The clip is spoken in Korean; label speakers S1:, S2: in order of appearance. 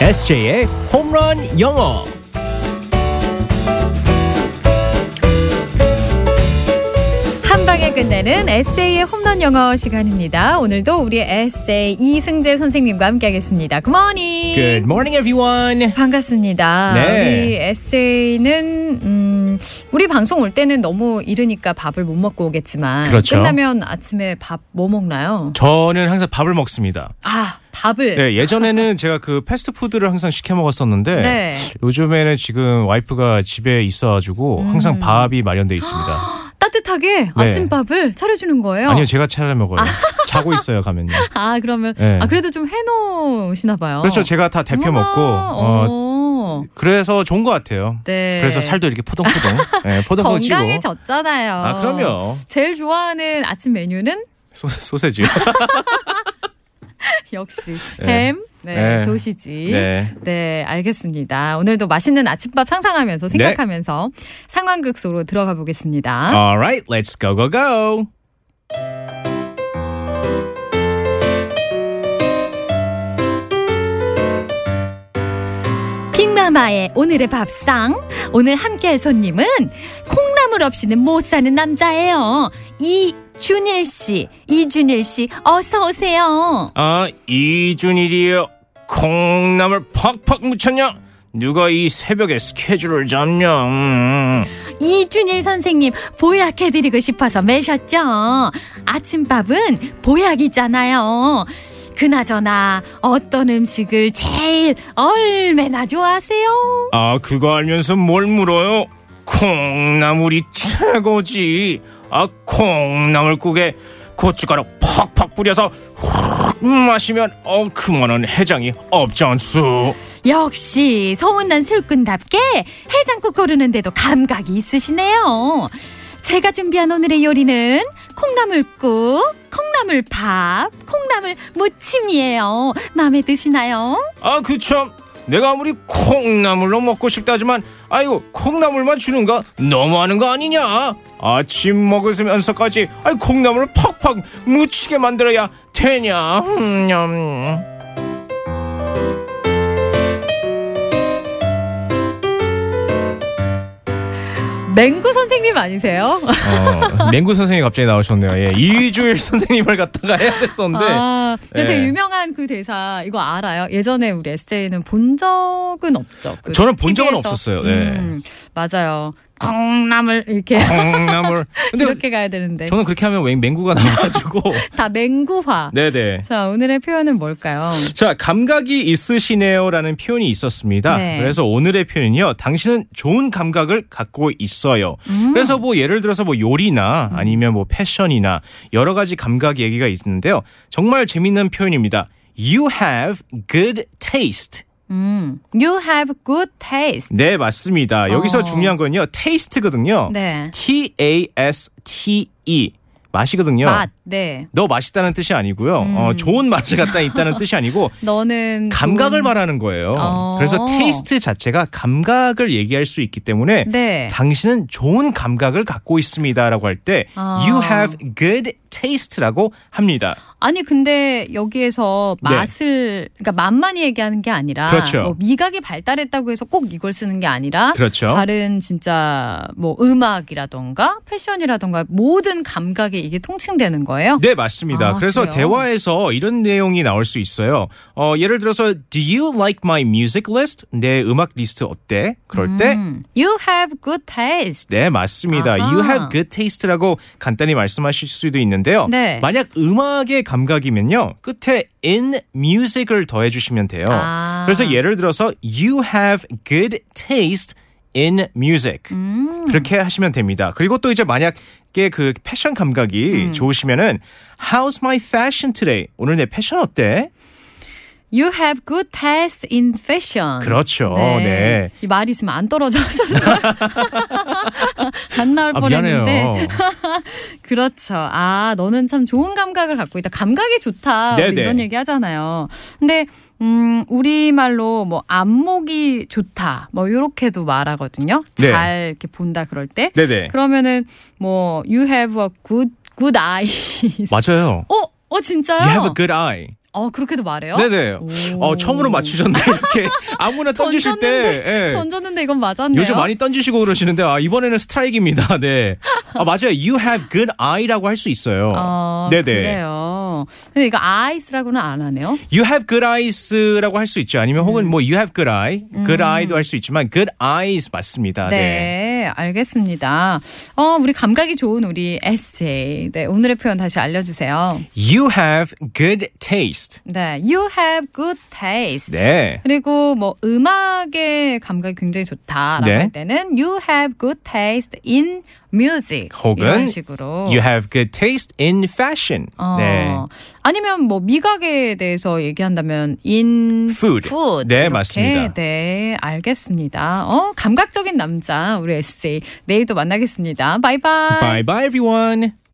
S1: SJ의 홈런 영어.
S2: 한 방에 끝내는 에세이의 홈런 영어 시간입니다. 오늘도 우리 에세이 이승재 선생님과 함께하겠습니다. 굿모닝.
S1: Good morning, everyone.
S2: 반갑습니다.
S1: 네.
S2: 우리 에세이는 음, 우리 방송 올 때는 너무 이르니까 밥을 못 먹고 오겠지만
S1: 그렇죠.
S2: 끝나면 아침에 밥 뭐 먹나요?
S3: 저는 항상 밥을 먹습니다.
S2: 아 밥을.
S3: 네, 예전에는 제가 그 패스트푸드를 항상 시켜 먹었었는데
S2: 네.
S3: 요즘에는 지금 와이프가 집에 있어가지고 항상 밥이 마련돼 있습니다.
S2: 따뜻하게 아침밥을 차려주는 거예요.
S3: 네. 아니요, 제가 차려 먹어요. 자고 있어요, 가면요.
S2: 아 그러면
S3: 네.
S2: 아 그래도 좀 해놓으시나 봐요.
S3: 그렇죠, 제가 다 대표
S2: 어. 어머나,
S3: 먹고 어,
S2: 어.
S3: 그래서 좋은 것 같아요.
S2: 네.
S3: 그래서 살도 이렇게 포동포동, 예, 포동포동 찌고.
S2: 건강해졌잖아요.
S3: 아, 그럼요.
S2: 제일 좋아하는 아침 메뉴는
S3: 소, 소세지.
S2: 역시
S3: 네.
S2: 햄, 네,
S3: 네.
S2: 소시지. 네.
S3: 네.
S2: 알겠습니다. 오늘도 맛있는 아침밥 상상하면서
S3: 네.
S2: 생각하면서 상황극 속으로 들어가 보겠습니다.
S3: Alright, let's go go go.
S2: 빅마마의 오늘의 밥상. 오늘 함께할 손님은 콩나물 없이는 못 사는 남자예요. 이준일 씨, 이준일 씨, 어서 오세요.
S3: 아 이준일이요 콩나물 팍팍 묻혔냐 누가 이 새벽에 스케줄을 잡냐 음.
S2: 이준일 선생님 보약해드리고 싶어서 매셨죠? 아침밥은 보약이잖아요. 그나저나 어떤 음식을 제일 얼마나 좋아하세요?
S3: 아 그거 알면서 뭘 물어요 콩나물이 최고지 아 콩나물국에 고춧가루 팍팍 뿌려서 훅 마시면 어 그만한 해장이 없잖수
S2: 역시 소문난 술꾼답게 해장국 고르는데도 감각이 있으시네요. 제가 준비한 오늘의 요리는 콩나물국, 콩나물밥, 콩나물 무침이에요. 마음에 드시나요?
S3: 아 그참 내가 아무리 콩나물로 먹고 싶다지만 아이고 콩나물만 주는가 너무하는 거 아니냐 아침 먹으면서까지 아이 콩나물을 팍팍 묻히게 만들어야 되냐 음, 냠.
S2: 맹구 선생님 아니세요?
S3: 어, 맹구 선생님 갑자기 나오셨네요 예, 이주일 선생님을 갖다가 해야 됐었는데
S2: 아, 근데
S3: 예.
S2: 되게 유명한 그 대사 이거 알아요? 예전에 우리 SJ는 본 적은 없죠. 그
S3: 저는 본 적은
S2: TV에서. 음,
S3: 없었어요. 네.
S2: 맞아요. 콩나물 이렇게
S3: 콩나물 근데
S2: 이렇게 가야 되는데
S3: 저는 그렇게 하면 맹- 맹구가 나와가지고
S2: 다 맹구화.
S3: 네네
S2: 자 오늘의 표현은 뭘까요?
S3: 자, 감각이 있으시네요라는 표현이 있었습니다.
S2: 네.
S3: 그래서 오늘의 표현은요. 당신은 좋은 감각을 갖고 있어요.
S2: 음.
S3: 그래서 뭐 예를 들어서 뭐 요리나 아니면 뭐 패션이나 여러 가지 감각 얘기가 있는데요. 정말 재밌는 표현입니다. You have good taste.
S2: 음, you have good taste.
S3: 네, 맞습니다. 여기서
S2: 어.
S3: 중요한 건요. taste거든요.
S2: 네.
S3: T A S T E. 맛이거든요.
S2: 맛. 음. 네.
S3: 너 맛있다는 뜻이 아니고요. 어, 좋은 맛이 갖다 있다는 뜻이 아니고
S2: 너는
S3: 감각을
S2: 돈-
S3: 말하는 거예요.
S2: 음. 어.
S3: 그래서 테이스트 자체가 감각을 얘기할 수 있기 때문에
S2: 네.
S3: 당신은 좋은 감각을 갖고 있습니다라고 할 때
S2: 아.
S3: you have good taste라고 합니다.
S2: 아니 근데 여기에서
S3: 네.
S2: 맛을 그러니까 맛만 얘기하는 게 아니라
S3: 그렇죠.
S2: 뭐 미각이 발달했다고 해서 꼭 이걸 쓰는 게 아니라
S3: 그렇죠.
S2: 다른 진짜 뭐 음악이라던가 패션이라던가 모든 감각이 이게 통칭되는 거예요?
S3: 네, 맞습니다.
S2: 아,
S3: 그래서
S2: 그래요?
S3: 대화에서 이런 내용이 나올 수 있어요. 어, 예를 들어서 do you like my music list? 내 음악 리스트 어때? 그럴 때
S2: 음, you have good taste.
S3: 네, 맞습니다.
S2: 아하.
S3: You have good taste라고 간단히 말씀하실 수도 있는데요.
S2: 네.
S3: 만약 음악의 감각이면요. 끝에 in music을 더해 주시면 돼요.
S2: 아.
S3: 그래서 예를 들어서 you have good taste in music.
S2: 음.
S3: 그렇게 하시면 됩니다. 그리고 또 이제 만약에 그 패션 감각이
S2: 음.
S3: 좋으시면은 how's my fashion today? 오늘 내 패션 어때?
S2: You have good taste in fashion.
S3: 그렇죠. 네.
S2: 이 말이 지금 안 떨어져서 안 나올
S3: 아,
S2: 뻔했는데.
S3: 미안해요.
S2: 그렇죠. 아, 너는 참 좋은 감각을 갖고 있다. 감각이 좋다. 우리
S3: 네네.
S2: 이런 얘기 하잖아요. 근데 음, 우리말로 뭐 안목이 좋다. 뭐 요렇게도 말하거든요.
S3: 네.
S2: 잘 이렇게 본다 그럴 때.
S3: 네, 네.
S2: 그러면은 뭐 you have a good good eye.
S3: 맞아요.
S2: 어, 어 진짜요?
S3: You have a good eye.
S2: 어, 어 그렇게도 말해요?
S3: 네네.
S2: 오.
S3: 어, 처음으로 맞추셨네 이렇게 아무나 던지실 때. 예.
S2: 던졌는데 이건 맞았네요.
S3: 요즘 많이 던지시고 그러시는데 아 이번에는 스트라이크입니다. 네. 아 맞아요. You have good eye라고 할 수 있어요.
S2: 어,
S3: 네네.
S2: 그래요. 근데 이거 아이스라고는 안 하네요.
S3: You have good eyes라고 할 수 있죠. 아니면 혹은
S2: 음.
S3: 뭐 you have good eye, good eye도 할 수 있지만 good eyes 맞습니다. 네.
S2: 네, 알겠습니다. 어, 우리 감각이 좋은 우리 SJ. 네, 오늘의 표현 다시 알려주세요.
S3: You have good taste.
S2: 네, you have good taste.
S3: 네.
S2: 그리고 뭐 음악의 감각이 굉장히 좋다라고
S3: 네.
S2: 할 때는 you have good taste in music
S3: 혹은
S2: 이런 식으로.
S3: You have good taste in fashion.
S2: 어,
S3: 네.
S2: 아니면 뭐 미각에 대해서 얘기한다면 in
S3: Food.
S2: food
S3: 네,
S2: 이렇게.
S3: 맞습니다.
S2: 네, 알겠습니다. 어, 감각적인 남자 우리 SJ 내일 또 만나겠습니다. 바이바이.
S3: Bye bye everyone.